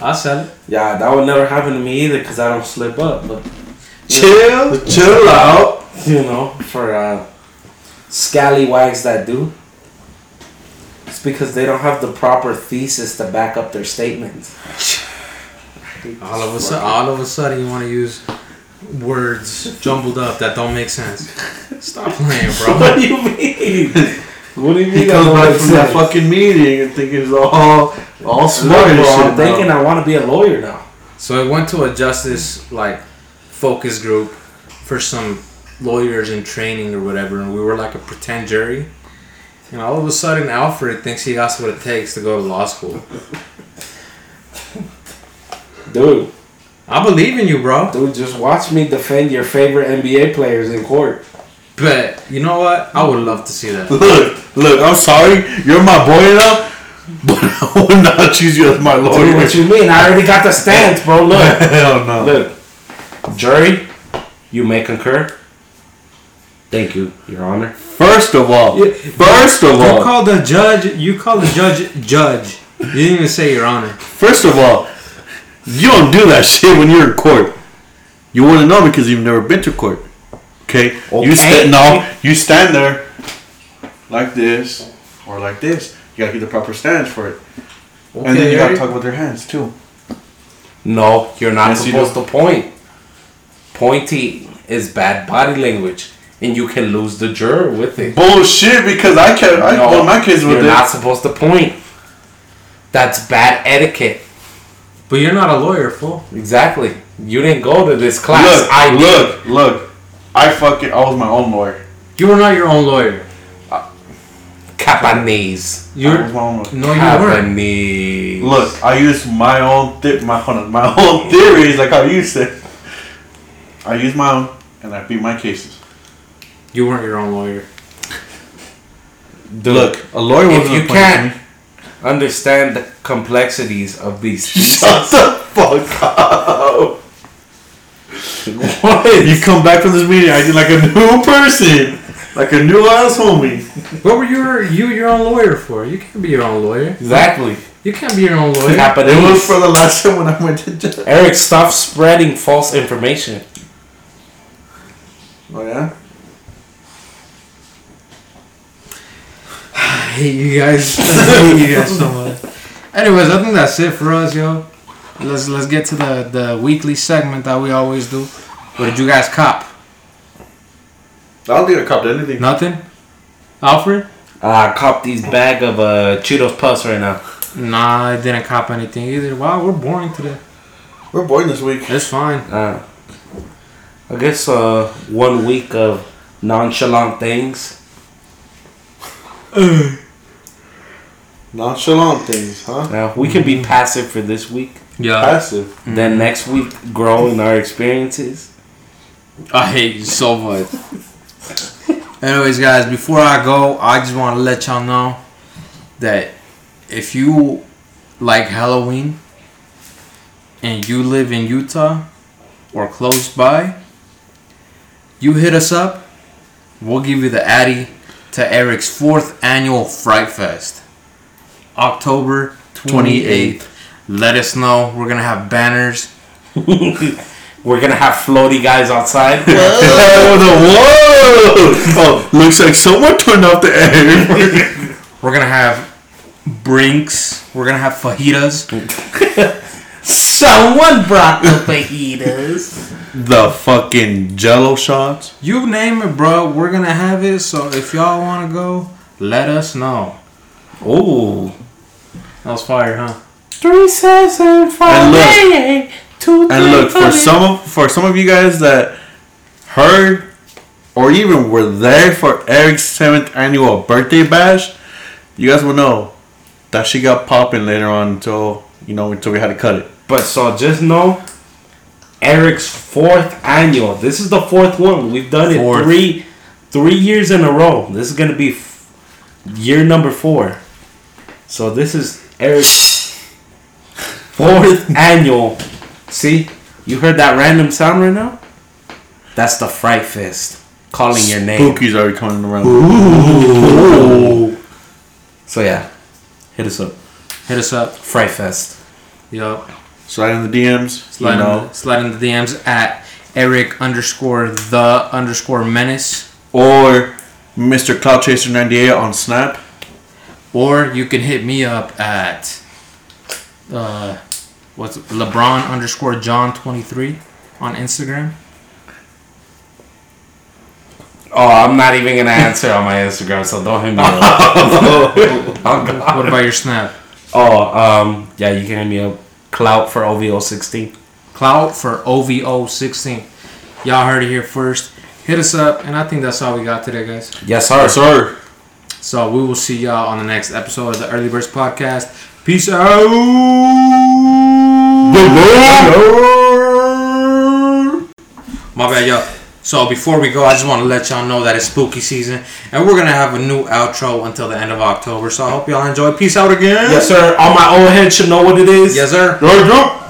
B: I'll sell it.
C: Yeah, that would never happen to me either because I don't slip up. But
A: Chill, chill out.
C: you know, for uh, scallywags that do. It's because they don't have the proper thesis to back up their statements.
B: All of a sudden, all of a sudden, you want to use words jumbled up that don't make sense. Stop playing, bro.
C: What do you mean? what do you mean?
A: He comes back from that fucking meeting and thinking he's all all smart and shit.
C: I'm thinking I want to be a lawyer now.
B: So I went to a justice like focus group for some lawyers in training or whatever, and we were like a pretend jury. And all of a sudden, Alfred thinks he got what it takes to go to law school.
C: Dude,
B: I believe in you, bro.
C: dude, just watch me defend your favorite NBA players in court.
B: But you know what? I would love to see that.
A: Look, look, I'm sorry, you're my boy now, but I will not choose you as my
C: Dude,
A: lawyer.
C: what you mean? I already got the stance, bro. Look,
A: Hell no.
C: look, jury, you may concur. Thank you, Your Honor.
A: First of all,
B: Yeah.
A: first of
B: You
A: all,
B: call the judge. You call the judge judge. You didn't even say your honor.
A: first of all, you don't do that shit when you're in court. You wouldn't know because you've never been to court. Okay,
C: Okay.
A: you stand no, you stand there like this or like this. You gotta get the proper stance for it, and then you gotta talk with their hands too.
C: No, you're not
A: Yes, you
C: supposed to point. Pointy is bad body language, and you can lose the juror with it.
A: Bullshit, because I kept I
C: No,
A: well, my kids were
C: you're
A: there.
C: not supposed to point. That's bad etiquette.
B: But you're not a lawyer, fool.
C: Exactly. You didn't go to this class.
A: Look,
C: I
A: look,
C: did.
A: look. I fucking I was my own lawyer.
B: You were not your own lawyer.
C: Capanese.
A: I
B: You're
A: was my own lawyer.
B: no, you weren't.
C: Capanese.
A: Look, I used my own thi- my hold on, my own theories like how you said. I used my own and I beat my cases.
B: You weren't your own lawyer.
C: Dude,
A: Look, a lawyer
C: if
A: wasn't
C: you
A: appointed to
C: can't-
A: me.
C: understand the complexities of these.
A: Shut the fuck up.
C: what?
A: You come back from this meeting, I did like a new person, like a new ass homie.
B: What were you you your own lawyer for? You can't be your own lawyer.
C: Exactly.
B: You can't be your own lawyer.
C: Japanese.
A: It was for the last time when I went to jail.
C: Eric, stop spreading false information.
A: Oh yeah.
B: I hate you guys. I hate you guys so much. Anyways, I think that's it for us, yo. Let's let's get to the the weekly segment that we always do. What did you guys cop?
A: I don't think I copped anything.
B: Nothing. Alfred?
C: I cop these bag of uh, Cheetos Puffs right now.
B: Nah, I didn't cop anything either. Wow, we're boring today.
A: We're bored this week.
B: It's fine.
C: Uh, I guess uh, one week of nonchalant things.
A: Nonchalant things, huh?
C: Now we can
B: Mm-hmm.
C: be passive for this week.
B: Yeah.
A: Passive.
B: Mm-hmm.
C: Then next week, grow in our experiences.
B: I hate you so much. Anyways, guys, before I go, I just want to let y'all know that if you like Halloween and you live in Utah or close by, you hit us up. We'll give you the Addy to Eric's fourth annual Fright Fest, October 28th. Let us know. We're going to have banners.
C: We're gonna have floaty guys outside.
A: Oh, the whoa! Oh, looks like someone turned off the air.
B: We're gonna have brinks. We're gonna have fajitas.
C: Someone brought the fajitas.
A: the fucking Jello shots.
B: You name it, bro. We're gonna have it. So if y'all wanna go, let us know.
C: Ooh.
B: That was fire, huh?
C: Three sets and five.
A: And look-
C: eight, two,
A: And look
C: three,
A: for
C: five.
A: some of for some of you guys that heard or even were there for Eric's seventh annual birthday bash, you guys will know that she got popping later on until you know until we had to cut it.
C: But so just know, Eric's fourth annual. This is the fourth one we've done
B: Fourth.
C: it three, three years in a row. This is gonna be f- year number four. So this is Eric's fourth annual. See, you heard that random sound right now? That's the Fright Fist calling your name.
A: Spookies already coming around.
C: So yeah, hit us up.
B: Hit us up.
C: Fright Fest.
B: Yup.
A: Slide in the DMs.
B: Slide,
A: you know.
B: in, slide in the DMs at Eric underscore the underscore menace.
A: or Mr. Cloud Chaser 98 on Snap.
B: Or you can hit me up at uh what's it? LeBron underscore John twenty three on Instagram.
C: Oh, I'm not even gonna answer on my Instagram, so don't hit me up. Oh, God.
B: What about your snap?
C: Oh, um, yeah, you can hit me up. Clout for OVO sixteen.
B: Clout for OVO 16. Y'all heard it here first. Hit us up, and I think that's all we got today, guys.
C: Yes, sir.
A: Sir.
B: So we will see y'all on the next episode of the Early Birds Podcast. Peace out. My bad, y'all. So before we go, I just want to let y'all know that it's spooky season, and we're gonna have a new outro until the end of October. So I hope y'all enjoy. Peace out again.
C: Yes, sir. All my old heads should know what it is.
B: Yes, sir.
A: Right,